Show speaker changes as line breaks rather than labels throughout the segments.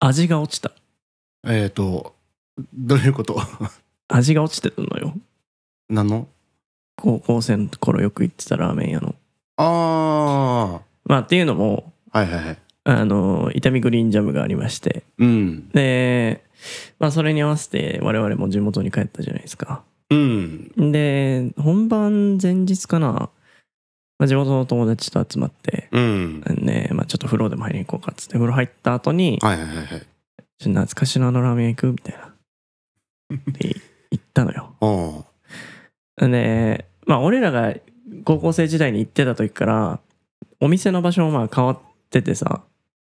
味が落ちた
えっ、と、どういうこと
味が落ちてるのよ
なの
高校生の頃よく行ってたラーメン屋の
あ
まあっていうのも
あ、はいはいはい。
あの伊丹グリーンジャムがありまして
うん。
で、まあ、それに合わせて我々も地元に帰ったじゃないですか
うん。
で本番前日かな、まあ、地元の友達と集まって
うん。
ねまあ、ちょっと風呂でも入りに行こうかっつって風呂入った後に
はいはいはいはい。
「ちょっと懐かしのあのラーメン屋行く?」みたいなで行ったのよ
あ
でまあ俺らが高校生時代に行ってた時からお店の場所もまあ変わっててさ
あ。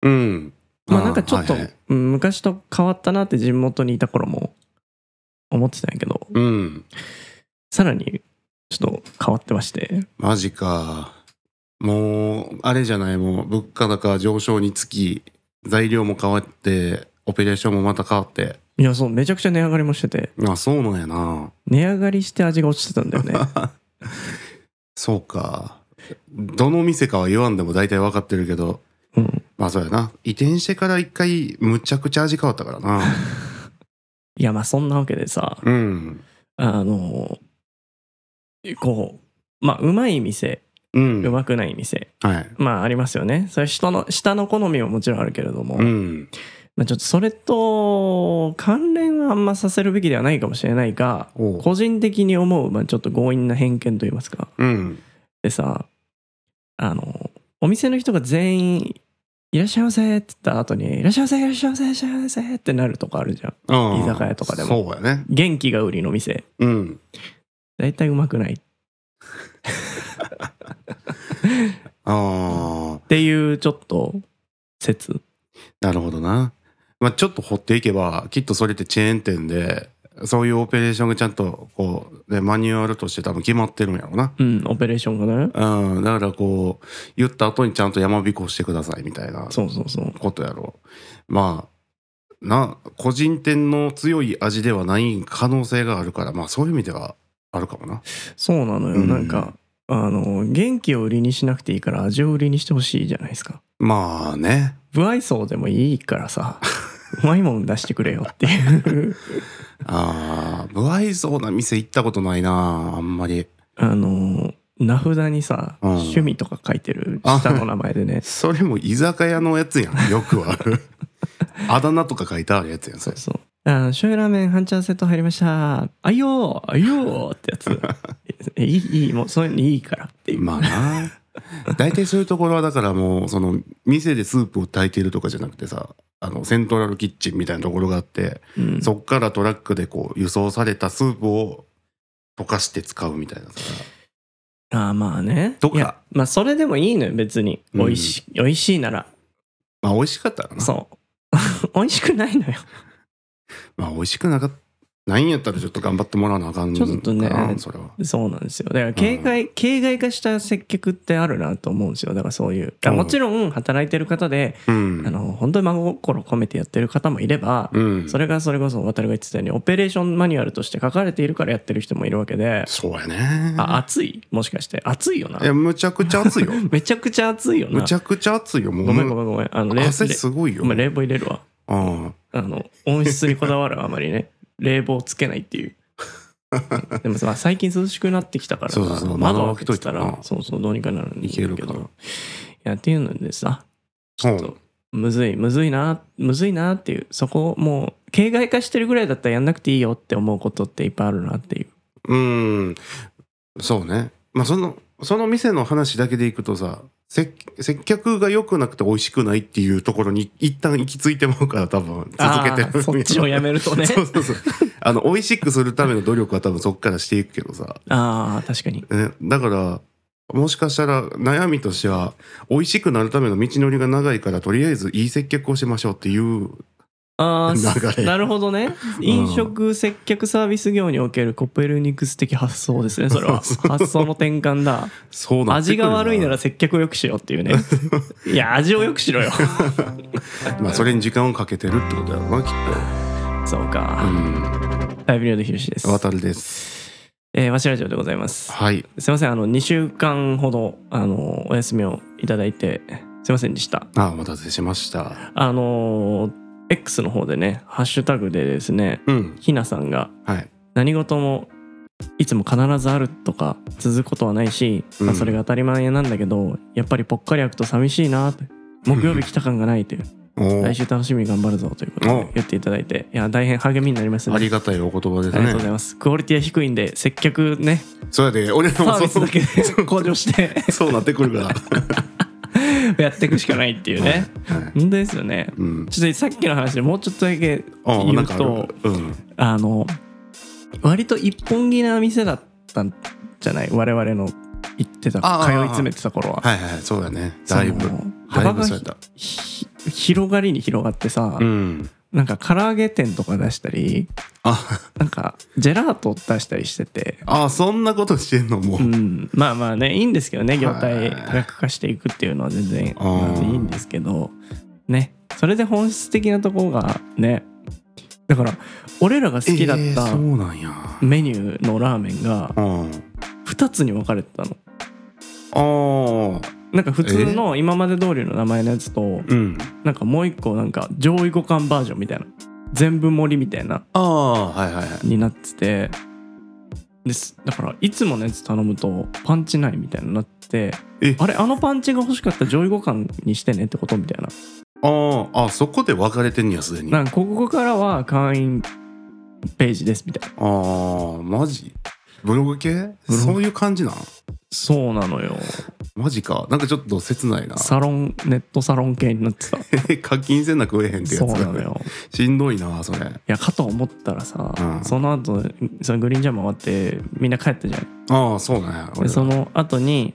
うん。
まあなんかちょっと、
あーはいはい
うん昔と変わったなって地元にいた頃も思ってたんやけど
うん。
さらにちょっと変わってまして
マジか。もう、あれじゃない、もう、物価高上昇につき、材料も変わって、オペレーションもまた変わって。
いやそうめちゃくちゃ値上がりもしてて
あ、そうなんやな。
値上がりして味が落ちてたんだよ ね
そうか。どの店かは言わんでも大体分かってるけど、
うん
まあそうやな。移転してから一回、むちゃくちゃ味変わったからな。
いやまあそんなわけでさ
うん。
あのこうまあうまい店
うん。
うまくない店、
はい。
まあありますよねそれ人の下の好みももちろんあるけれども、
うん。
まあ、ちょっとそれと関連はあんまさせるべきではないかもしれないが
おう
個人的に思う、まあ、ちょっと強引な偏見といいますか
うん。
でさあのお店の人が全員「いらっしゃいませ」って言った後に「いらっしゃいませいらっしゃいませいらっしゃいませ」ってなるとかあるじゃん
うん
居酒屋とかでも
そうやね。
元気が売りの店
うん。
大体うまくないっ
ああ、
ていうちょっと説
なるほどな。まあちょっと掘っていけば、きっとそれってチェーン店で、そういうオペレーションがちゃんと、こう、で、マニュアルとして多分決まってるんやろうな。
うんオペレーションがね
うん。だからこう、言った後にちゃんと山びこしてくださいみたいな
そうそうそう
ことやろう。まあ、な、個人店の強い味ではない可能性があるから、まあそういう意味ではあるかもな。
そうなのよ、
うん
なんかあの元気を売りにしなくていいから味を売りにしてほしいじゃないですか
まあね。
不愛想でもいいからさ うまいもん出してくれよっていう
ああ、不愛想な店行ったことないな、あんまり。
あの名札にさ、
うん
趣味とか書いてる下の名前でね
それも居酒屋のやつや ん。よくある。あだ名とか書いてあるやつやん、そ
そう
れ。
そうあー醤油ラーメン半チャーセット入りましたあいよーあいよーってやつ えいいいいもうそういうのいいからっていう、
まあな。大体そういうところはだからもうその店でスープを炊いてるとかじゃなくてさあのセントラルキッチンみたいなところがあって
うん
そっからトラックでこう輸送されたスープを溶かして使うみたいなさ
あーまあね
とか
いやまあそれでもいいのよ別に
うん
美味し,、い美味しいなら
まあ美味しかったらな
そう 美味しくないのよ
まあ美味しくなかったないんやったらちょっと頑張ってもらわなあかん
ちょっとね
かなそれは
そうなんですよだから形骸、形骸化した接客ってあるなと思うんですよだからそういうだからもちろん働いてる方で、
うん
あの本当に真心込めてやってる方もいれば、
うん
それがそれこそ渡るが言ってたようにオペレーションマニュアルとして書かれているからやってる人もいるわけで、
そうやね
あ熱いもしかして熱いよない
やむちゃくちゃ 熱いよ
めちゃくちゃ熱いよな
むちゃくちゃ熱いよもう
ごめんごめんごめんあの冷
汗すごい
冷
よ
ごめん冷房入れるわ
うん
あの温室にこだわるあまり ね冷房つけないっていうでもさ最近涼しくなってきたからさ
そうそうそう
窓開けてた
窓開
ら
けといたら
そうそうどうにかなるんだ
いけるから
いやっていうのでさちょっ
う
とむずいむずいなむずいなっていうそこもう形骸化してるぐらいだったらやんなくていいよって思うことっていっぱいあるなっていう
うんそうねまあそのその店の話だけでいくとさ接接客が良くなくて美味しくないっていうところに一旦行き着いてもうから多分続けて
あーそっちをやめるとね
そうそうそうあの美味しくするための努力は多分そっからしていくけどさ、
ああ確かに
ね、だからもしかしたら悩みとしては美味しくなるための道のりが長いからとりあえずいい接客をしましょうっていう
あ
流
あ
れ
なるほどね飲食接客サービス業におけるコペルニクス的発想ですねそ れは発想の転換だ
そうなってく
味
る
が悪いなら接客を良くしろっていう ねいや味を良くしろよ
まあそれに時間をかけてるってことやろなきっ
そう
とう
か、
ん
ライブリオドヒロシです
渡るです
えー、わしラジオでございます
はい
すいませんあの2週間ほどあのお休みをいただいてすいませんでした
あお待たせしました
あのー X の方でねハッシュタグでですね
うん
ひなさんが
はい
何事もいつも必ずあるとか続くことはないし、まあ
うん
それが当たり前なんだけどやっぱりぽっかり開くと寂しいなって木曜日来た感がないという
お
来
ー
週楽しみに頑張るぞということ
お
で
う
言っていただいていや大変励みになります
あ
ね
りがたいお言葉で
あり
す
がとうござい
ね
ますクオリティは低いんで接客ね
そうやで俺ら
サ
も
ー
そ
ビスだ
う
けで 向上して
そうなってくるから
やっていくしかないっていうね
はい
本当ですよね
うん
ちょっとさっきの話でもうちょっとだけ
あ
言
な
うん
かある
と
うん
あの割と一本気な店だったんじゃない我々の行ってた
ああ
通い詰めてた頃は、
はいはいそうだねだいぶ
その
だい
幅
ぶ
が
そうやった
ひ広がりに広がってさ、
うん
なんか唐揚げ店とか出したり
あ
なんかジェラート出したりしてて、
あそんなことしてんのもう、
うん、まあまあねいいんですけどね業
はい
態多角化していくっていうのは全然
あー
まあいいんですけどねそれで本質的なところがねだから俺らが好きだっ
えー
た
そうなんや
メニューのラーメンが
うん
2つに分かれてたの。
あー
なんか普通の今まで通りの名前のやつと
うん
なんかもう一個なんか上位互換バージョンみたいな全部盛りみたいな
ああはいはいはい
になっててですだからいつものやつ頼むとパンチないみたいになって
え
あれあのパンチが欲しかったら上位互換にしてねってことみたいな
あーあそこで分かれてんねやすでにあ
なんかここからは会員ページですみたいな
あーマジブログ系
ログ
そういう感じなん
そうなのよ
マジかなんかちょっと切ないな
サロンネットサロン系になってた
課金せんな食えへんってやつ
そうなのよ
しんどいなそれ
いやかと思ったらさ、
うん
その後そのグリーンジャム終わってみんな帰ったじゃん
ああそうなんや
で
俺
その後に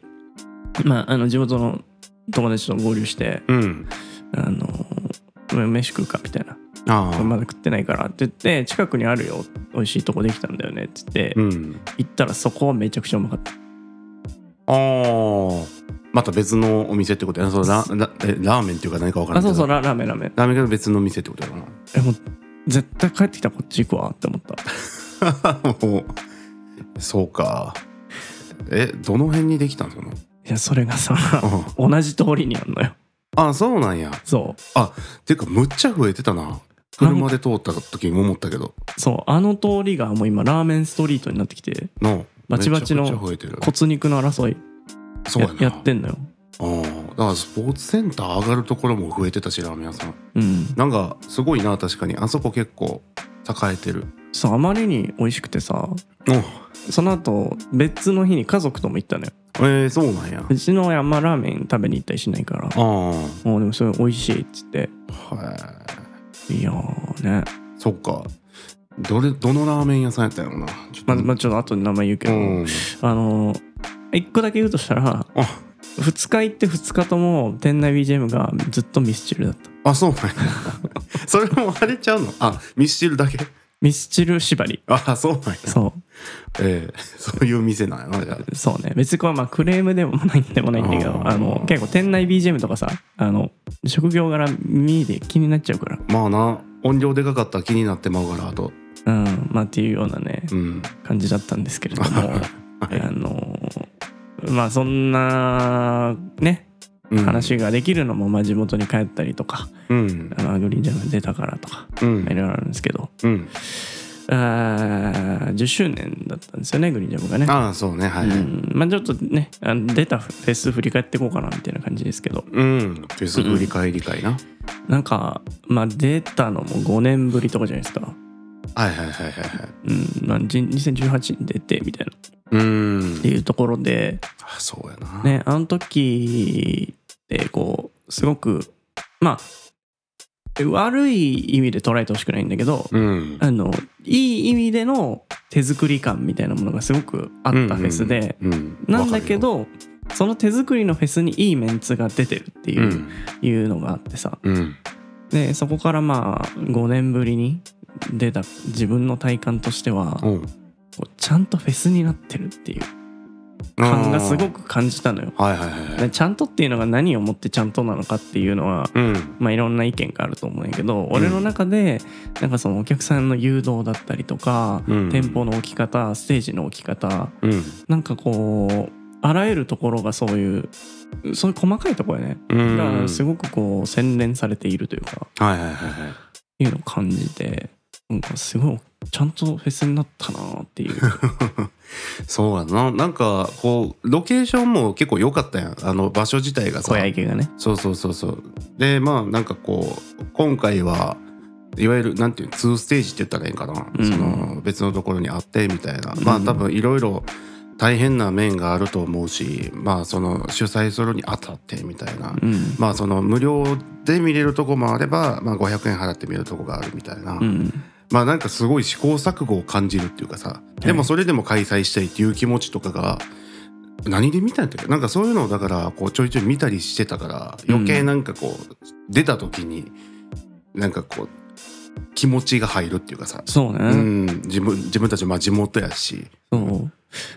まああの地元の友達と合流して
うん
あの飯食うかみたいな
ああ
まだ食ってないからって言って近くにあるよ美味しいとこできたんだよねって言って、
うん
行ったらそこはめちゃくちゃうまかった
ああまた別のお店ってことやなそうララえラーメンっていうか何か分から
あ
んけ
そ
ど
うそうララーメンラーメン
ラーメンが別の店ってことやろな
えもう絶対帰ってきたらこっち行くわって思った
もうそうかえどの辺にできたんその
いやそれがさ
うん
同じ通りにあんのよ
あそうなんや
そ
ていうかむっちゃ増えてたな車で通った時も思ったけど
うそうあの通りがもう今ラーメンストリートになってきて
の
バチバチの
めちゃくちゃ増えてる
骨肉の争い
そう
や
やな
やってんのよ
うんだからスポーツセンター上がるところも増えてたしラーメン屋さん
うん
なんかすごいな確かにあそこ結構栄えてる
そうあまりに美味しくてさ
お
その後別の日に家族とも行ったのよ
えー、そうなんや
うちの親あんまラーメン食べに行ったりしないから
ああ
もうでもそれ美味しいっつって
はい
やーね
いそっかどれどのラーメン屋さんやったんやろなちょっ
ま
と、
まあちょっと後で名前言うけ
う
ど、
ん
あのー一個だけ言うとしたら
あ
2日行って2日とも店内 BGM がずっとミスチルだった
あそうなんや それもあれちゃうのあミスチルだけ
ミスチル縛り
あそうなんや
そ
ええそういう店なんやなじゃあ
うそうね別にこれはまあクレームでもないんでもないんだけど
あー
あの結構店内 BGM とかさあの職業柄見で気になっちゃうから
まあな音量でかかったら気になってまうからあと
うんまあっていうようなね
うん
感じだったんですけれども、
はい
あのまあそんなね
うん
話ができるのもまあ地元に帰ったりとか、
うん
あのグリーンジャムに出たからとか
う
いろい
ん
ろあるんですけど、
うん
あー10周年だったんですよねグリーンジャムがね。
ああそうねはいは
う
い
んまあ、ちょっとねあの出たフェス振り返っていこうかなみたいな感じですけど
うんフェス振り返り会な、
なんか、まあ、出たのも5年ぶりとかじゃないですか、
はいはいはいはいはい
うんまあ、じ2018に出てみたいなっ
うー
て
ん
いうところで、
あそうやな、
ね、あの時ってこうすごくまあ悪い意味で捉えてほしくないんだけど、
うん
あのいい意味での手作り感みたいなものがすごくあったフェスで、
うん
なんだけ、どその手作りのフェスにいいメンツが出てるっていう,、
わかるよ
いうのがあってさ
うんうん
でそこからまあ5年ぶりに出た自分の体感としては、
うん、
こうちゃんとフェスになってるっていう感がすごく感じたのよ。
はいはいはいはい、
でちゃんとっていうのが何をもってちゃんとなのかっていうのは、
うん
まあ、いろんな意見があると思うんやけど俺の中でなんかそのお客さんの誘導だったりとか、
うん
店舗の置き方ステージの置き方
うん
なんかこうあらゆるところがそういうそういう細かいところやね
うん
がすごくこう洗練されているというか
はいはいはいはい
いうのを感じてなんかすごいちゃんとフェスになったなって いう
そうやななんかこうロケーションも結構良かったやんあの場所自体がさ
小屋池がね
そうそうそうそうでまあなんかこう今回はいわゆるなんていうの2ステージって言ったらいいんかな、
うん
その別のところにあってみたいな、
うん
まあ多分いろいろ大変な面があると思うしまあその主催するにあたってみたいな、
うん
まあその無料で見れるとこもあれば、まあ、500円払って見るとこがあるみたいな、
うん
まあなんかすごい試行錯誤を感じるっていうかさでもそれでも開催したいっていう気持ちとかが何で見たんだっけなんかそういうのをだからこうちょいちょい見たりしてたから余計なんかこう出た時になんかこう気持ちが入るっていうかさ、
そうね、
うん、自分自分たちまあ地元やし
そう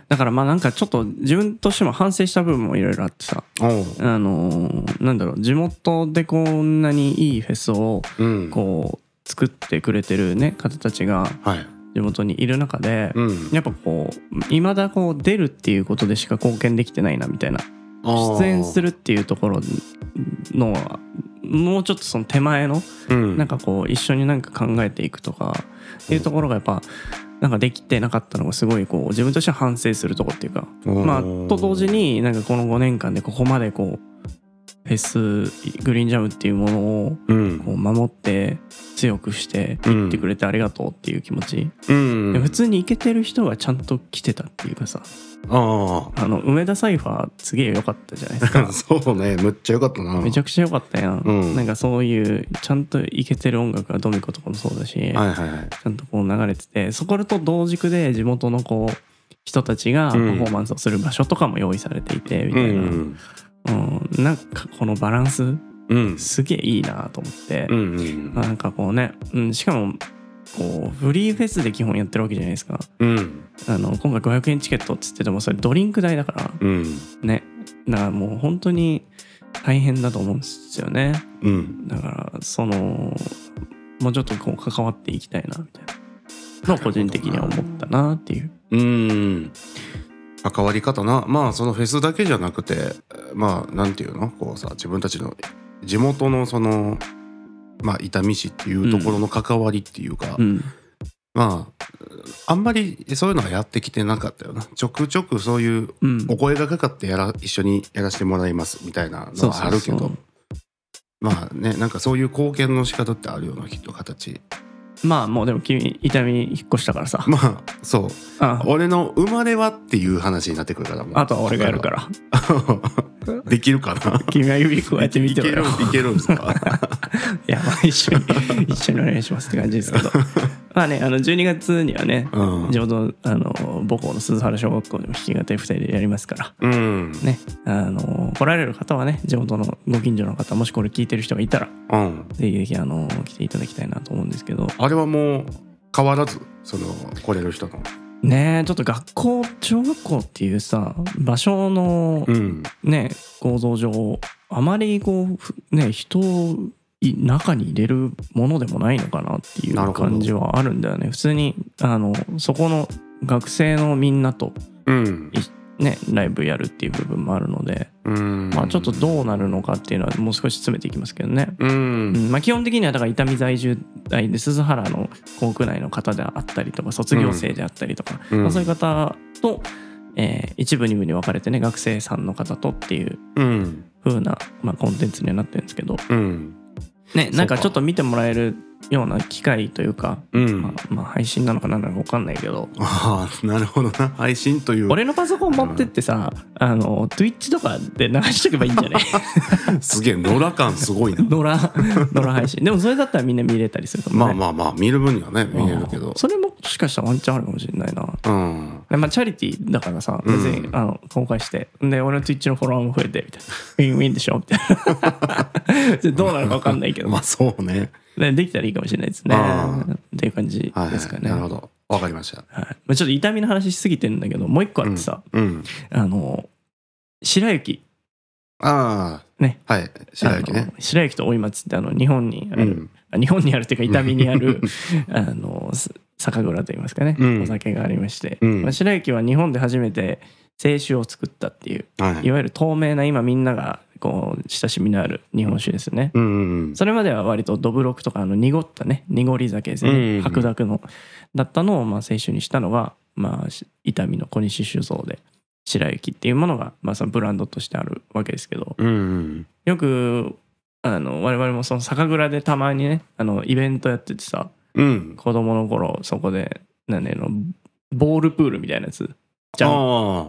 だからまあなんかちょっと自分としても反省した部分もいろいろあってさ
おう、
あのーなんだろう地元でこんなにいいフェスを
うん、
こう作ってくれてるね方たちが
はい、
地元にいる中で、
うん、
やっぱこういまだこう出るっていうことでしか貢献できてないなみたいな出演す
る、
るっていうところのはもうちょっとその手前の
うん、
なんかこう一緒になんか考えていくとかっていうところがやっぱなんかできてなかったのがすごいこう自分としては反省するとこっていうかまあと同時になんかこの5年間でここまでこうフェスグリーンジャムっていうものを
うん
こう守って強くして
言
来てくれてありがとうっていう気持ち、
うん
でも普通に行けてる人がちゃんと来てたっていうかさ
あ
あの梅田サイファーすげえ良かったじゃないです
あ
か
そうねむっちゃよかったな
めちゃくちゃ良かったやん、
うん
なんかそういうちゃんと行けてる音楽はドミコとかもそうだし、
はいはいはい
ちゃんとこう流れててそこと同軸で地元のこう人たちがパ
う
フ
ん
ォーマンスをする場所とかも用意されていてみたいな、うんなんかこのバランス
うん
すげえいいなと思って、
うんうん
まあなんかこうね、うん、しかもこうフリーフェスで基本やってるわけじゃないですか
うん
あの今回500円チケットっつっててもそれドリンク代だから
うん
ねだからもう本当に大変だと思うんですよね
うん
だからそのもうちょっとこう関わっていきたいなみたいなのを個人的には思ったなっていう
うん関わり方なまあそのフェスだけじゃなくてまあなんていうのこうさ自分たちの地元のそのまあ伊丹市っていうところの関わりっていうか、
うん
まああんまりそういうのはやってきてなかったよなちょくちょくそういう
うん
お声がかかってやら一緒にやらせてもらいますみたいな
そ
の
うそう
は
そう
あるけどまあねなんかそういう貢献の仕方ってあるようなきっと形
まあもうでも君痛みに引っ越したからさ、
まあそう
あ
俺の生まれはっていう話になってくるからもう
あとは俺がやるから
でき るかな
君が指加えてみて
いけ
も
る
よ
いけるんです か
いやまあ一緒に一緒にお願いしますって感じですけ どまあねあの12月にはね
うん
地元のあの母校の鈴原小学校でも弾き語り2人でやりますから
うん
ねあの来られる方はね地元のご近所の方もしこれ聞いてる人がいたら
うん
ぜひぜひあの来ていただきたいなと思うんですけど
あれはもう変わらずその来れる人の
ねえちょっと学校小学校っていうさ場所の
うん
ね構造上あまりこうふね人をい中に入れるものでもないのかなってい
なる
う
ほど
感じはあるんだよね普通にあのそこの学生のみんなと
うん
ねライブやるっていう部分もあるので、
うん
まあちょっとどうなるのかっていうのはもう少し詰めていきますけどね
う
うんんまあ、基本的にはだから伊丹在住代で鈴原の校区内の方であったりとか卒業生であったりとか、
うん
まあ、そういう方と、えー一部二部に分かれてね学生さんの方とっていう
うん
風な、まあ、コンテンツにはなってるんですけど、
うん
ね、なんか
そうか
ちょっと見てもらえるような機会というか、
うん
まあ、まあ配信なのか何なのか分かんないけど。
ああなるほどな配信という
俺のパソコン持ってってさ、あの Twitch とかで流しとけばいいんじゃない
すげえ野良感すごいな
ドラドラ配信でもそれだったらみんな見れたりするかも、ね、
まあまあまあ見る分にはね見れるけ
う
ど
んそれももしかしたらワンチャンあるかもしれないな
うん
でまあ、チャリティーだからさ、
う
別
ん
に、あの公開して、で、俺の Twitch のフォロワーも増えて、みたいな。 ウィンウィンでしょみたいな。 でどうなるか分かんないけど、
まあそうね
でできたらいいかもしれないですね
あ。
っていう感じ
はい
ですかね。
な
はい
るほどわかりました
まあ、ちょっと痛みの話しすぎてんだけど、もう一個あってさ、
うん
あの、白雪、
ああ
ね
はい白雪
あ
ね
の白雪と大井町ってあの日本にあ
う
る、
ん
あ日本にあるっていうか痛みにあ るあのす酒蔵といいますかね、
うん
お酒がありまして、
うん
まあ、白雪は日本で初めて清酒を作ったっていう
はい
いわゆる透明な今みんながこう親しみのある日本酒ですね、
うんうん
それまでは割とどぶろくとかあの濁ったね濁り酒ですね、
うんうんうん
白濁のだったのをまあ清酒にしたのが、まあ、し伊丹の小西酒造で白雪っていうものが、まあ、そのブランドとしてあるわけですけど
うんうん
よくあの我々もその酒蔵でたまにねあのイベントやっててさ
うん
子供の頃そこでなんだよボールプールみたいなやつじゃん
あ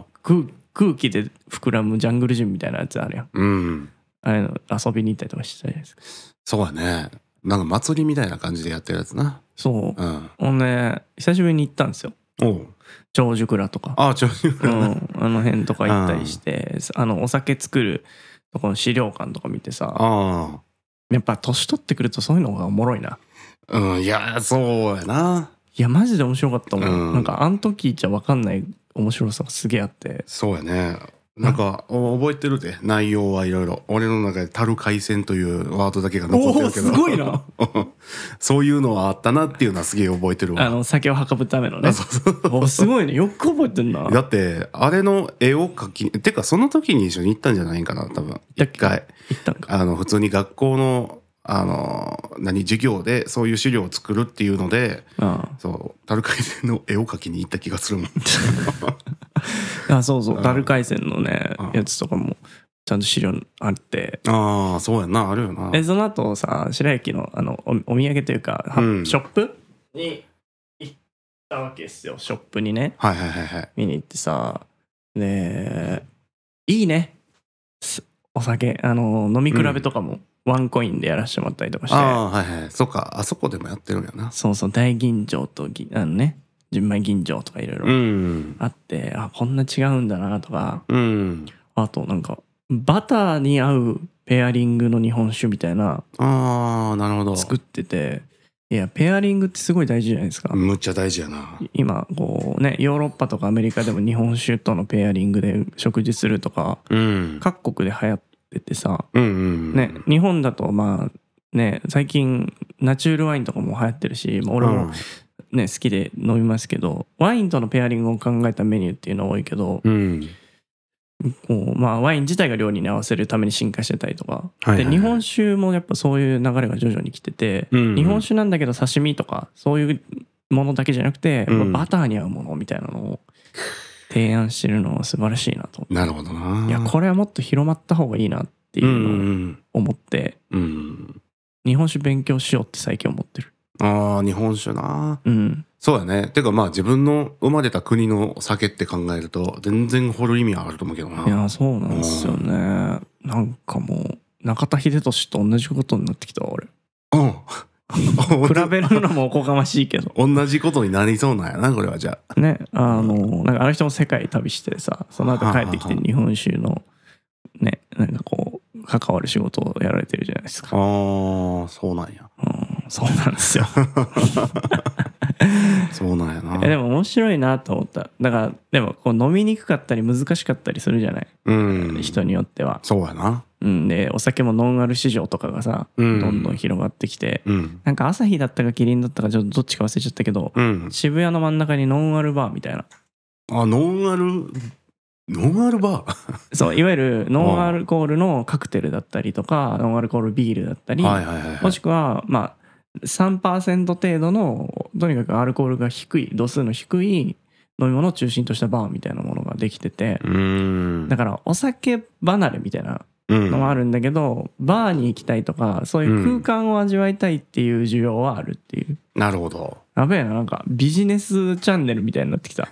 あ
空空気で膨らむジャングルジムみたいなやつあるやん
うん
あれの遊びに行ったりとかしてたじゃないですか
そうだねなんか祭りみたいな感じでやってるやつな
そう
うん
ほんで久しぶりに行ったんですよ
おう
長寿蔵とか
ああちょい
うん、あの辺とか行ったりして、あのお酒作るとこの資料館とか見てさ
あ
やっぱ年取ってくるとそういうのがおもろいな
あうんいやそうやない
やマジで面白かったもん、
うん
なんかあの時じゃ分かんない面白さがすげえあって
そうやねなんかお覚えてるで内容はいろいろ俺の中で「たる海鮮」というワードだけが残ってるけど
おーすごいな
そういうのはあったなっていうのはすげえ覚えてるわ
あの酒を運ぶためのね
あそうそう
おすごいねよく覚えてんな
だってあれの絵を描きてかその時に一緒に行ったんじゃないかな多分
だっ
一
け
回
行ったんか
あの普通に学校のあの何授業でそういう資料を作るっていうので
あ
そう樽海鮮の絵を描きに行った気がす るもん
ああそうそううんダル回線のね
うん
やつとかもちゃんと資料あって
ああそうやんなあるよな
でその後さ白雪のあのおお土産というか、は
うん
ショップに行ったわけですよショップにね
はいはいはいはい
見に行ってさでいいねすお酒あの飲み比べとかもワンコインでやらせてもらったりとかして、
ああーはいはいそっかあそこでもやってるんやな
そうそう大吟醸とぎあのね純米吟醸とかいろいうろ
ん
あって、あこんな違うんだなとか
うん
あとなんかバターに合うペアリングの日本酒みたいな
ああなるほど
作ってていやペアリングってすごい大事じゃないですか、
むっちゃ大事やな
今こうねヨーロッパとかアメリカでも日本酒とのペアリングで食事するとか
うん
各国で流行っててさ
うんうん
ね日本だとまあね最近ナチュールワインとかも流行ってるしまあ俺もね、好きで飲みますけどワインとのペアリングを考えたメニューっていうのは多いけど、
うんうん
こうまあ、ワイン自体が料理に合わせるために進化してたりとか、
はいはいはい
で日本酒もやっぱそういう流れが徐々に来てて、
うんうん
日本酒なんだけど刺身とかそういうものだけじゃなくて、
うん
まあバターに合うものみたいなのを提案してるのは素晴らしいなと、
なるほどない
いやこれはもっと広まった方がいいなっていううん
う
のを
ん
思って、
うんうん
日本酒勉強しようって最近思ってる
ああ日本酒な
うん
そうやねてかまあ自分の生まれた国の酒って考えると全然掘る意味はあると思うけど
い
な
やそうなんですよねなんかもう中田秀俊と同じことになってきたわ 俺
うん
比べるのもおこがましいけど
同じことになりそうなんやなこれはじゃあ
ねあのなんかあの人も世界旅してさその後帰ってきて
ははは
日本酒のねなんかこう関わる仕事をやられてるじゃないです
あ
か、
ーそうなんや
うん、そうなんですよ
そうなんやな
えでも面白いなと思っただからでもこう飲みにくかったり難しかったりするじゃない、
うん
人によっては、
そうやな
うん、でお酒もノンアル市場とかがさ、
うん
どんどん広がってきて、
うん
なんか朝日だったかキリンだったかちょっとどっちか忘れちゃったけど、
うん
渋谷の真ん中にノンアルバーみたいな
あノンアルノンアルバー
そういわゆるノンアルコールのカクテルだったりとかノンアルコールビールだったり、
はいはいはいは
も
い
しくはまあ3%程度のとにかくアルコールが低い度数の低い飲み物を中心としたバーみたいなものができてて
うーん
だからお酒離れみたいな
うん
のもあるんだけど、バーに行きたいとかそういう空間を味わいたいっていう需要はあるっていう。
なるほど
やべえななんかビジネスチャンネルみたいにな ってきた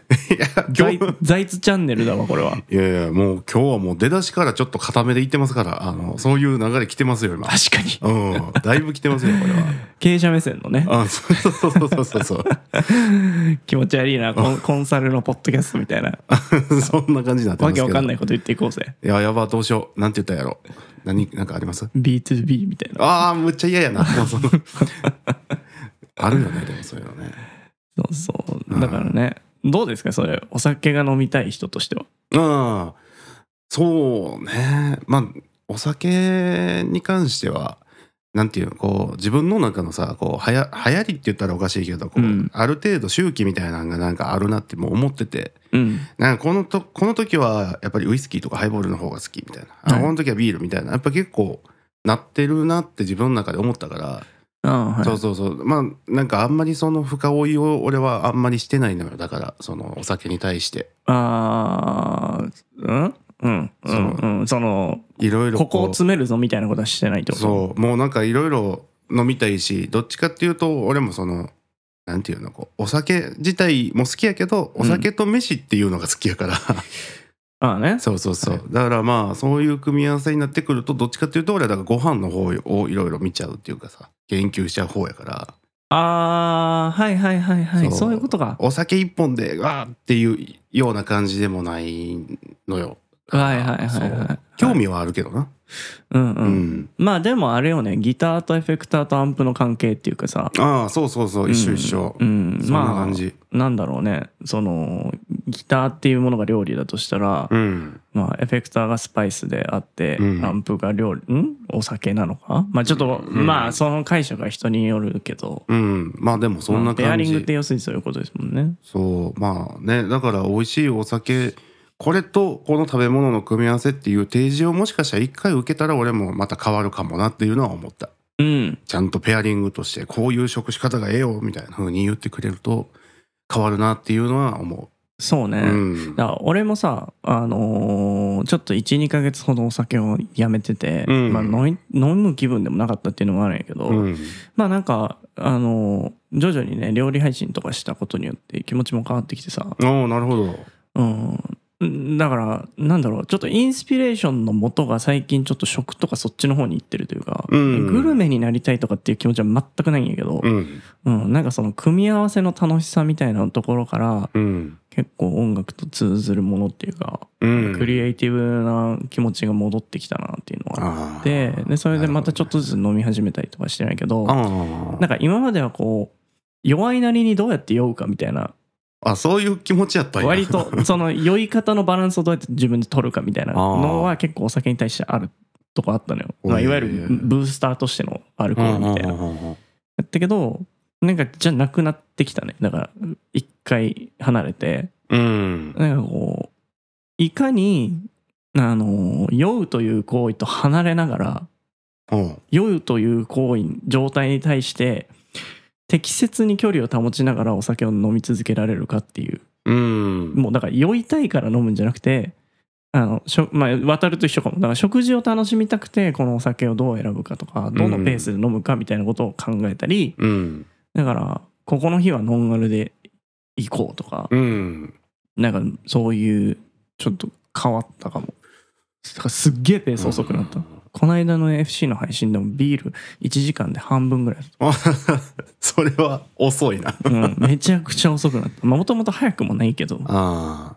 財財津チャンネルだわこれはい
やいやもう今日はもう出だしからちょっと固めでいってますからあのそういう流れ来てますよ今
確か に
うんだいぶ来てますよこれは
経営者目線のね
あそうそうそうそうそうそう
気持ち悪いなコンコンサルのポッドキャストみたいな
そんな感じになってま
わけ
すけど
わかんないいこと言っていこうぜ
ややばどうしようなんて言ったんやろ何なんかあります
B2B みたいな
ああむっちゃ嫌やなでもそのあるよねでもそういうのね
そうそうだからねどうですかそれお酒が飲みたい人としては
うんそうねまあお酒に関してはなんていうのこう自分の中のさこうはや流行りって言ったらおかしいけどこう、
うん
ある程度周期みたいなのがなんかあるなってもう思ってて
うん
なんかこのとこの時はやっぱりウイスキーとかハイボールの方が好きみたいな、あ
はい
この時はビールみたいなやっぱ結構なってるなって自分の中で思ったから、
ああはい
そうそうそうまあなんかあんまりその深追いを俺はあんまりしてないのよだからそのお酒に対して
ああうんうんう
そ
ん
の
うんその
いろいろ
こ
こ
こを
う
詰めるぞみたいなことはしてないってこと
そうもうなんかいろいろ飲みたいしどっちかっていうと俺もそのなんていうのこうお酒自体も好きやけど
うん
お酒と飯っていうのが好き やから、
ああね
そうそうそうだからまあそういう組み合わせになってくるとどっちかっていうと俺はだからご飯の方をいろいろ見ちゃうっていうかさ研究しちゃう方やから
ああはいはいはいはい
そう
そういうことか
お酒一本でわーっていうような感じでもないのよ
はいはいはい
そ
は
う
い
興味はあるけどな、
うんう
うんん
まあでもあれよねギターとエフェクターとアンプの関係っていうかさ
ああそうそうそう一緒一緒、
うんうん
そんな
ま
感じ、
あなんだろうねそのギターっていうものが料理だとしたら
うん
まあエフェクターがスパイスであって
うん
アンプが料理んお酒なのかまあちょっと
うん
まあその解釈は人によるけど
うんまあでもそん
まあ
な
ペア
感
リン
じ、
グって要するにそういうことですもんね
そうまあねだから美味しいお酒これとこの食べ物の組み合わせっていう提示をもしかしたら一回受けたら俺もまた変わるかもなっていうのは思った
うん
ちゃんとペアリングとしてこういう食し方がええよみたいな風に言ってくれると変わるなっていうのは思
そうね、
う、うん
だから俺もさ、あのーちょっと12ヶ月ほどお酒をやめてて、
うん
まあ、飲み飲む気分でもなかったっていうのもあるんやけど、
うん
まあなんか、あのー徐々にね料理配信とかしたことによって気持ちも変わってきてさ、
おおなるほど
うん、だからなんだろうちょっとインスピレーションの元が最近ちょっと食とかそっちの方に行ってるというか、
うん
グルメになりたいとかっていう気持ちは全くないんやけど、
うん
うん、なんかその組み合わせの楽しさみたいなところから
うん
結構音楽と通ずるものっていうか
うん
クリエイティブな気持ちが戻ってきたなっていうのがあ
あ
っ
あ
てでそれでまたちょっ
と
とずつ飲み始めたりとかしてないけど
あ
なん
あ
か今まではこう弱いなりにどうやって酔うかみたいな
あそういう気持ちやったんや
割 とその酔い方のバランスをどうやって自分で取るかみたいなのは結構お酒に対してあるとこあったのよ、まあ、
へえ
いわゆるブースターとしてのアルコ
う
ー
ん
ルみたいな
うんうんうんうん
やったけどなんかじゃなくなってきたねだから一回離れて
うん
なんかこう、いかに、あの、酔うという行為と離れながら、
うん
酔うという行為、状態に対して、適切に距離を保ちながらお酒を飲み続けられるかっていう。
うん
もうだから酔いたいから飲むんじゃなくて、あの、しょまあ、渡ると一緒かも。だから食事を楽しみたくて、このお酒をどう選ぶかとか、どのペースで飲むかみたいなことを考えたり、
うん
だから、ここの日はノンアルで行こうとか、
うん
なんかそういうちょっと変わったかもだからすっげえペース遅くなった、この間の FC の配信でもビール1時間で半分ぐらい、
あ それは遅いな
うん、めちゃくちゃ遅くなったもともと早くもないけど
ああ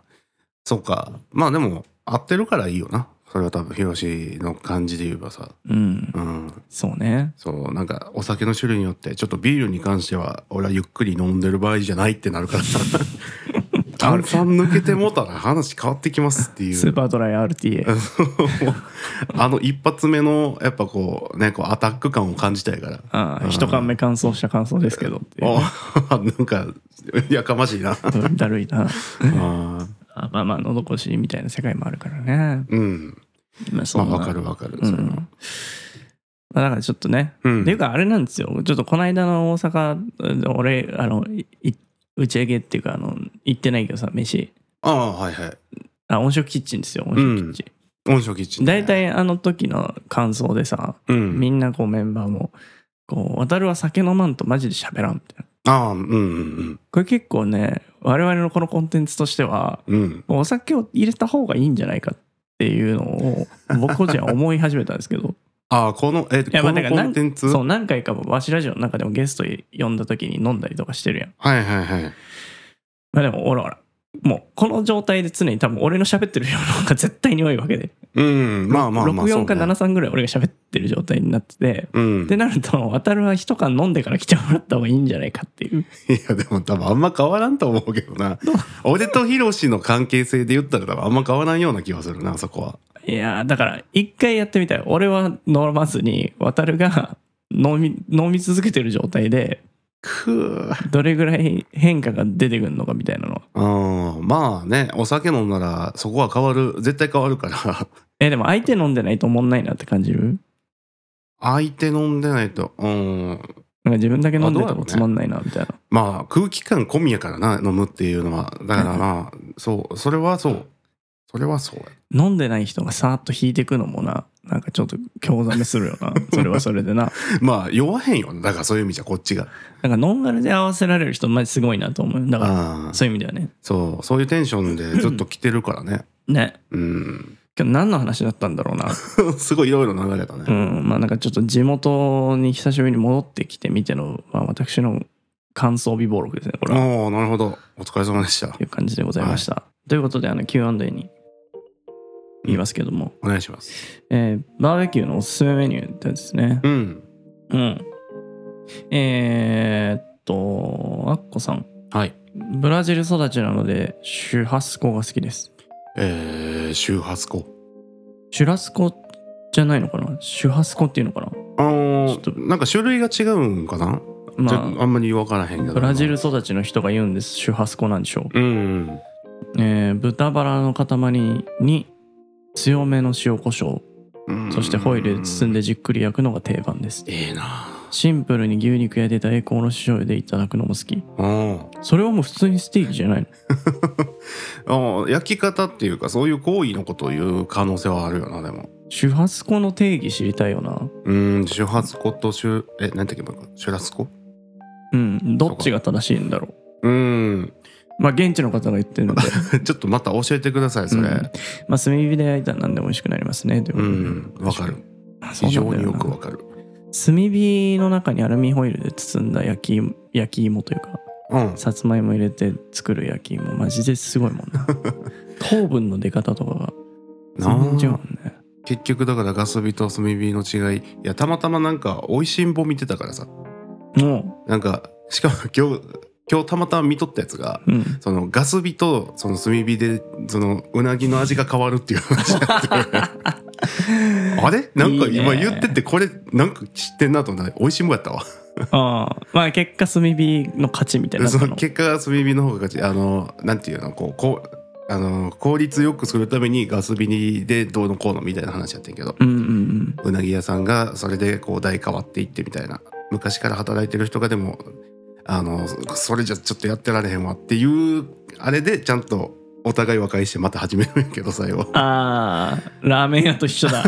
そうかまあでも合ってるからいいよなそれは多分ヒロシの感じで言えばさ
うん
うん
そうね
そうなんかお酒の種類によってちょっとビールに関しては俺はゆっくり飲んでる場合じゃないって なるからさ炭酸抜けてもうたら話変わってきますっていう
スーパードライ RTA
あの一発目のやっぱこうねこうアタック感を感じたいから
ああ一缶目乾燥した感想ですけどっていう
あなんかやかましいな
うんだるいな
あー
あまあまあ喉越しみたいな世界もあるからね
うん
まあそ
まあ
んな
わかるわかる
うん
それは
まあだからちょっとね
うん
っていうかあれなんですよちょっとこの間の大阪うん俺あのい打ち上げっていうかあの行ってないけどさ飯
ああはいはい
あ音食キッチンですよ音食キッチ
音色キッチ
ン
ンね
大体、あの時の感想でさ、
うん
みんなこうメンバーもこう「渡るは酒飲まんとマジで喋らん」みたいな
ああうんうん
これ結構ね我々のこのコンテンツとしては
うんうん
お酒を入れた方がいいんじゃないかっていうのを僕個人は思い始めたんですけ ど
ああこのえこ
やまあだ
の
からな
コ
ん
ンテンツ
そ
は
う何回かわしラジオの中でもゲスト呼んだ時に飲んだりとかしてるやん
いはいはい
まあでも、ほらほら。もう、この状態で常に多分俺の喋ってる量の方が絶対に多いわけで。
うんまあまあまあ
64か
そうね
73ぐらい俺が喋ってる状態になってて。
うん
ってなると、渡るは一缶飲んでから来てもらった方がいいんじゃないかっていう。
いやでも多分あんま変わらんと思うけどな俺とヒロシの関係性で言ったら多分あんま変わらんような気がするなそこはい
やー、だから、一回やってみたい。俺は飲まずに、渡るが、 飲み飲み続けてる状態で
くー
どれぐらい変化が出てくるのかみたいなのは
うんまあねお酒飲んだらそこは変わる絶対変わるから
えでも相手飲んでないと思んないなって感じる
相手飲んでないとうん
なんか自分だけ飲んでて
あどうだろう
も
ね
つまんないなみたいな、
まあ空気感込みやからな飲むっていうのはだからなそうそれはそうそれはそうや
飲んでない人がさーっと引いてくのもななんかちょっと興ざめするよ なそれはそれでな
まあ酔わへんよなだからそういう意味じゃこっちが
なんかノンアルで合わせられる人マジすごいなと思うだから
ああ
そういう意味ではね
そうそういうテンションでずっと来てるからね
ね
うん
今日何の話だったんだろうな
すごいいろいろ流れた
う
ね
んまあなんかちょっと地元に久しぶりに戻ってきてみての、まあ、私の感想美貌録ですねこれは
おおなるほどお疲れ様でした
という感じでございました、ということであの Q&A に言いますけども、
お願いします
えーバーベキューのおすすめメニューってやつですね
うん
うんえー、っとアッコさん
はい
ブラジル育ちなのでシュハスコが好きです
えー、周波数コ
シュラスコじゃないのかなシュハスコっていうのかな
あの
ちょっと
なんか種類が違うんかな、ちょ
ま
っとあんまり分からへんけ
あ
ど
ブラジル育ちの人が言うんですシュハスコなんでしょう
うん
えー豚バラの塊に強めの塩コショウ
うん
そしてホイルで包ん
で
でじっくり焼くのが定番です
ええな
シンプルに牛肉やで大根おろし醤油でいただくのも好き
うん
それはもう普通にステーキじゃないの
ああ焼き方っていうかそういう行為のことを言う可能性はあるよなでも
主発粉の定義知りたいよな
うーん主発粉と主えなんて言えばいいのかシュラスコ
うんどっちが正しいんだろ
うーん
う まあ現地の方が言ってるので、
ちょっとまた教えてくださいそれ
うんまあ、炭火で焼いたら何でも美味しくなりますねという
う
ことで
んわ、かる
あそ
非
うなん
常
だ
に
よ
よ
な
くわかる
炭火の中にアルミホイルで包んだ焼き焼き芋というか
うん
さつまいも入れて作る焼き芋マジです ごいもんな糖分の出方とかが全然違う
な
も
あ
んね
結局だからガス火と炭火の違いいやたまたまなんか美味しんぼ見てたからさ
も
なんかしかも今日今日たまたま見とったやつが
う、うん、
そのガス火とその炭火でそのうなぎの味が変わるっていう話になってあれなんか
いいね
今言っててこれなんか知ってんなと思った美味しいもんやったわ
ああまあ結果炭火の勝ちみたいにな
そ
った
の
の
結果炭火の方が勝ちあのなんていうのこうこうあの効率よくするためにガス火でどうのこうのみたいな話やってんけど
うんうんうん
うなぎ屋さんがそれでこう代変わっていってみたいな昔から働いてる人がでもあのそれじゃちょっとやってられへんわっていうあれでちゃんとお互い和解してまた始めるんやけど最後
ああラーメン屋と一 緒だ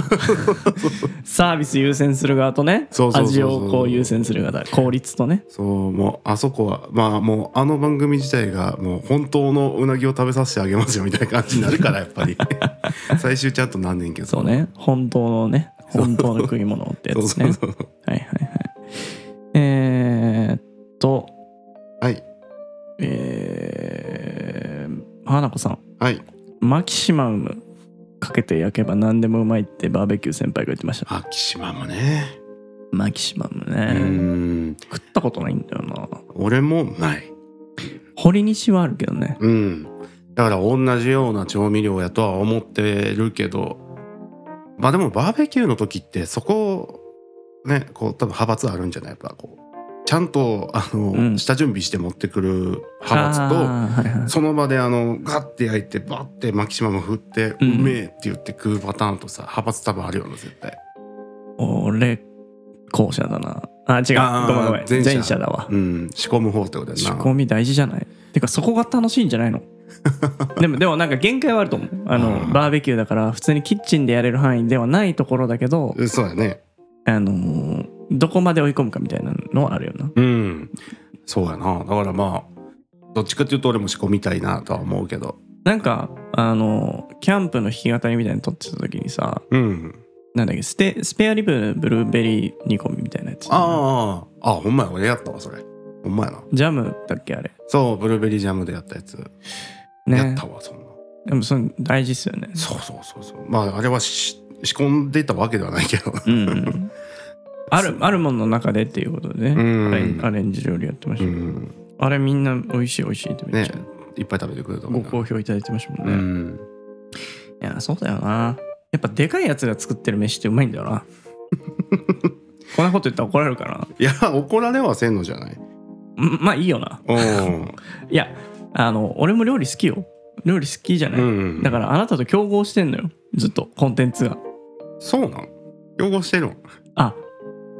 サービス優先する側とね
そうそうそう
味
そう
をこう優先する側だ効率とね
そうもうあそこはまあもうあの番組自体がもう本当のうなぎを食べさせてあげますよみたいな感じになるからやっ ぱり最終ちゃんとなんねんけど
そうね本当のね本当の食い物ってや
そう
つ
そう
ね
そう
はいはいはいえー、っと
はい
えー、花子さん
はい
マキシマウムかけて焼けば何でもうまいってバーベキュー先輩が言ってました
あキシマもね
マキシマウム
う
ね
ん
食ったことないんだよな
俺もない
堀西はあるけどね
うん、だから同じような調味料やとは思ってるけどまあでもバーベキューの時ってそこねこう多分派閥あるんじゃないやっぱこうちゃんとあの、
うん
下準備して持ってくる派閥
あーはいは
と
い
その場であのガッて焼いてバッてマキシマム振って、
う
うんめえって言って食うパターンとさ派閥多分あるよね絶対
俺後者だなあ違
あ
うご
ー
めんごめん前
前
者
者
だわ、
うん仕込む方ってこと
仕
やな
込み大事じゃないてかそこが楽しいんじゃ ないのでもでもなんか限界はあると思うあの、
うん
バーベキューだから普通にキッチンでやれる範囲ではないところだけど
そうやね
あのーどこまで追い込むかみたいなのはあるよな
うんそうやなだからまあどっちかっていうと俺も仕込みたいなとは思うけど
なんかあのキャンプの弾き語りみたいに撮ってた時にさ
うん
なんだっけステスペアリブのブルーベリー煮込みみたいなやつ
ああああほんまや俺やったわそれほんまやな
ジャムだっけあれ
そうブルーベリージャムでやったやつ、や
ね
ったわそんな
でもそれ大事っすよね
そうそうそうそうまああれはし仕込んでたわけではないけど
うんうんあるあるものの中でっていうことでね
うん
アレンアレンジ料理やってまし
う
たけど、
ん
あれみんな美味しい美味しいってめっ
ね
ちゃ
いっぱい食べてくれた
ご
もんな
好評いただいてましたもん
う
ね、
ん
いやそうだよなやっぱでかいやつが作ってる飯ってうまいんだよなこんなこと言ったら怒られるかない
や怒られはせんのじゃない
うんまあいいよな
うん
いやあの俺も料理好きよ料理好きじゃない、
うん
だからあなたと競合してんのよずっとコンテンツが
そうなん擁護してるの
あ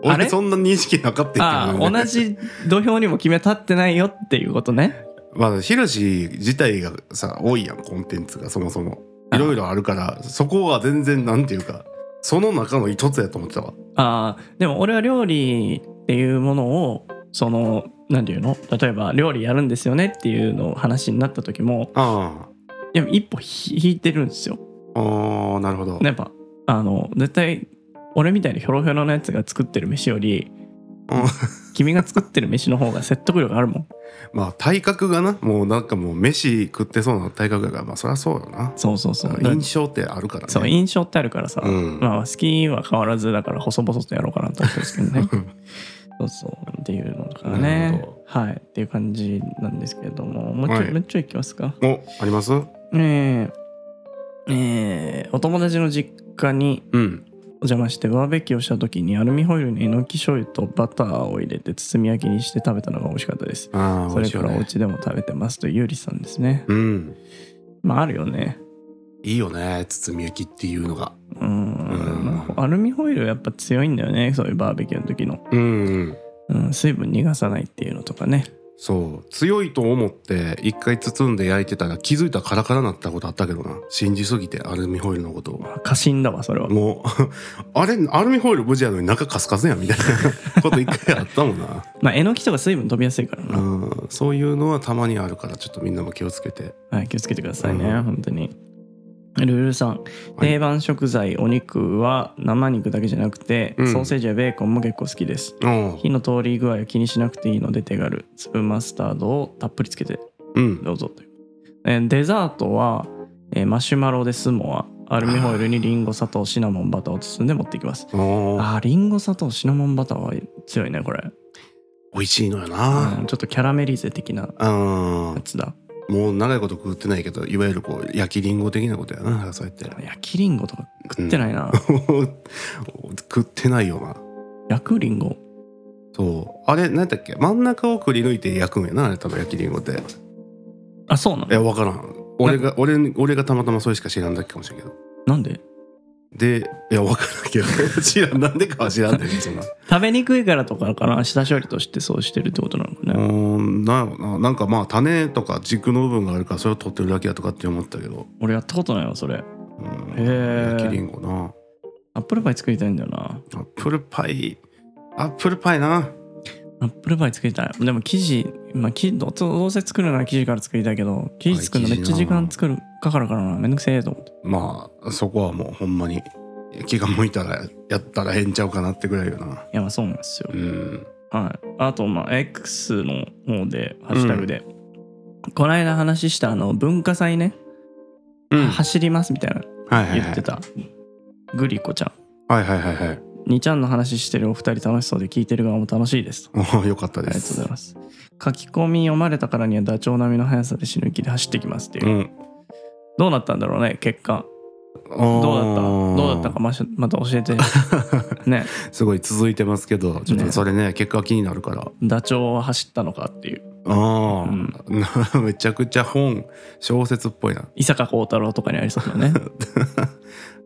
あれ
俺そんな認識なかったけど
ああ同じ土俵にも君は立ってないよっていうことね
まあヒロシ自体がさ多いやんコンテンツがそもそもいろいろあるからそこは全然なんていうかその中の一つやと思ってたわ
あーでも俺は料理っていうものをその何て言うの例えば料理やるんですよねっていうのを話になった時も
あ
でも一歩引いてるんですよ
あああなるほど、
やっぱあの絶対俺みたいにひょろひょろのやつが作ってる飯より
うん
君が作ってる飯の方が説得力あるもん
まあ体格がなもうなんかもう飯食ってそうな体格だからまあそりゃそうよな
そうそうそうだ
印象ってあるからね
そう印象ってあるからさ、
うん
まあ好きは変わらずだから細々とやろうかなと思ってるんですけ どねそうそうっていうのだから
な
ね
るほ
はいっていう感じなんですけれどももうちょい、
はい
もうちょい行きますか
おあります
えー、えーお友達の実家に
うん
お邪魔してバーベキューをした時にアルミホイルにえのき醤油とバターを入れて包み焼きにして食べたのが美味しかったです
ああ
そ
美味
れ
しい
か
よ
らお
ね
家でも食べてますというゆりさんですね
うん
まああるよね
いいよね包み焼きっていうのが
うん
うん
まあアルミホイルやっぱ強いんだよねそういうバーベキューの時の
うん、うん、
うん、水分逃がさないっていうのとかね
そう強いと思って一回包んで焼いてたら気づいたらカラカラなったことあったけどな信じすぎてアルミホイルのことを
過信だわそれは
もう あれアルミホイル無事やのに中カスカスやんみたいなこと一回あったもんな、
まあえのきとか水分飛びやすいから
う
な、
ん、そういうのはたまにあるからちょっとみんなも気をつけて
はい、気をつけてくださいね、
うん
本当にルルさん、定番食材お肉は生肉だけじゃなくて、
うん
ソーセージやベーコンも結構好きです
うん
火の通り具合を気にしなくていいので手軽粒マスタードをたっぷりつけて
うん
どうぞという、えーデザートは、えーマシュマロでスモアアルミホイルにリンゴ砂糖シナモンバターを包んで持ってきます
お
あーリンゴ砂糖シナモンバターは強いねこれ
美味しいのよ
う
なん
ちょっとキャラメリゼ的な
うん
やつだ
もう長いこと食ってないけどいわゆるこう焼きりんご的なことやなそうやって
焼きりんごとか食ってない な、
もう食ってないよな
焼くりんご
そうあれ何だっけ真ん中をくり抜いて焼くんやなあれ多分焼きりんごってい
あそうなの
や分からん俺が俺俺がたまたまそれしか知らんだけかもしれんけど
なんで
でいや分からんけど 知らんなんでかは知らんだよねそんな
食べにくいからとかかな下処理としてそうしてるってことなのか
う
ね、
ーんなんやろななんかまあ種とか軸の部分があるからそれを取ってるだけやとかって思ったけど、
俺やったことないわそれ
うん
へー
焼きりんごな
アップルパイ作りたいんだよな
アップルパイアップルパイな
アップルパイ作りたいでも生地,、まあ、生地どうどうせ作るなら生地から作りたいけど生地作るのめっちゃ時間作るかかるからなめんどくせえと思って
まあそこはもうほんまに気が向いたらやったらええんちゃうかなってぐらいよない
やまあそうなんですよ
うん
はい、あとまあ X の方でハッシュタグで、こないだ話したあの文化祭ね、
うん
走りますみたいな
はいはい
言
は
っ
い
てた、グリコちゃん
はいはいはいはい
にちゃんの話してるお二人楽しそうで聞いてる側も楽しいですと
おーよかった
あり
で
がとうご
す
ざいます書き込み読まれたからにはダチョウ並みの速さで死ぬ気で走ってきますっていう、
うん
どうなったんだろうね結果
ど
どうだったどうだったかましまた教え てね
すごい続いてますけどちょっと
ね
それね結果は気になるから
ダチョウは走ったのかっていう
あ
う
あ、 めちゃくちゃ本小説っぽいな
伊坂幸太郎とかにありそうな ね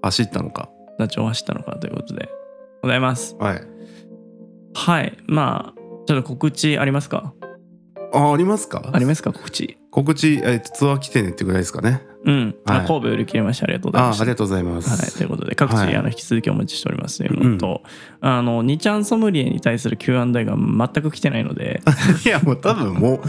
走ったのか
ダチョウは走ったのかということでございます
はい
はい、まあ、ちょっと告知ありますか
あありますか
ありますか、告知。
告知えーツアー来てねってぐらいですかね
うん、あ
はい
神戸売り切れました。ありがとうござい
あ
ま
あ
し
ーあ
た。
りがとうございま
はい、
す
ということで、各地、
はい
あの引き続きお待ちしておりますというのと、あの、2ちゃんソムリエに対する Q&A が全く来てないので、
いやもう多分も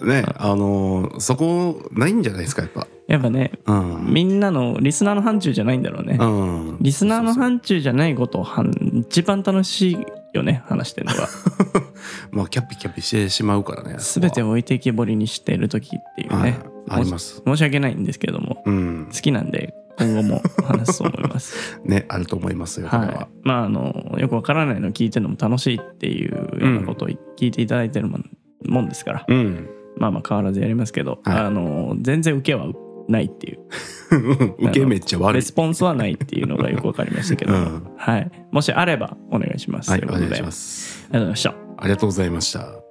うねあのーそこないんじゃないですかやっぱ
やっぱね、
うん
みんなのリスナーの範疇じゃないんだろうね。
うん
リスナーの範疇じゃないことをはん一番楽しいよね、話してる のが。
まあキャピキャピしてしまうからね
すべて
を
を置いてけぼりにしてる時っていう
はい
ね、
あります
申し訳ないんですけれども、
うん
好きなんで、今後も話すと思います。
ねあると思いますよこれ
は、
はい
まああのよくわからないのを聞いてるのも楽しいっていうようなことを聞いていただいてるもん,、もんですから
うん
まあまあ変わらずやりますけど、
はい
あの全然受けはないっていう
受けめっちゃ悪
レ
い
スポンスはないっていうのがよくわかりましたけど、
うん
はい、もしあればお願いします。
はい
とい
お
うこと
願い
で
し
ありがとうござい
ます
ました。
ありがとうございました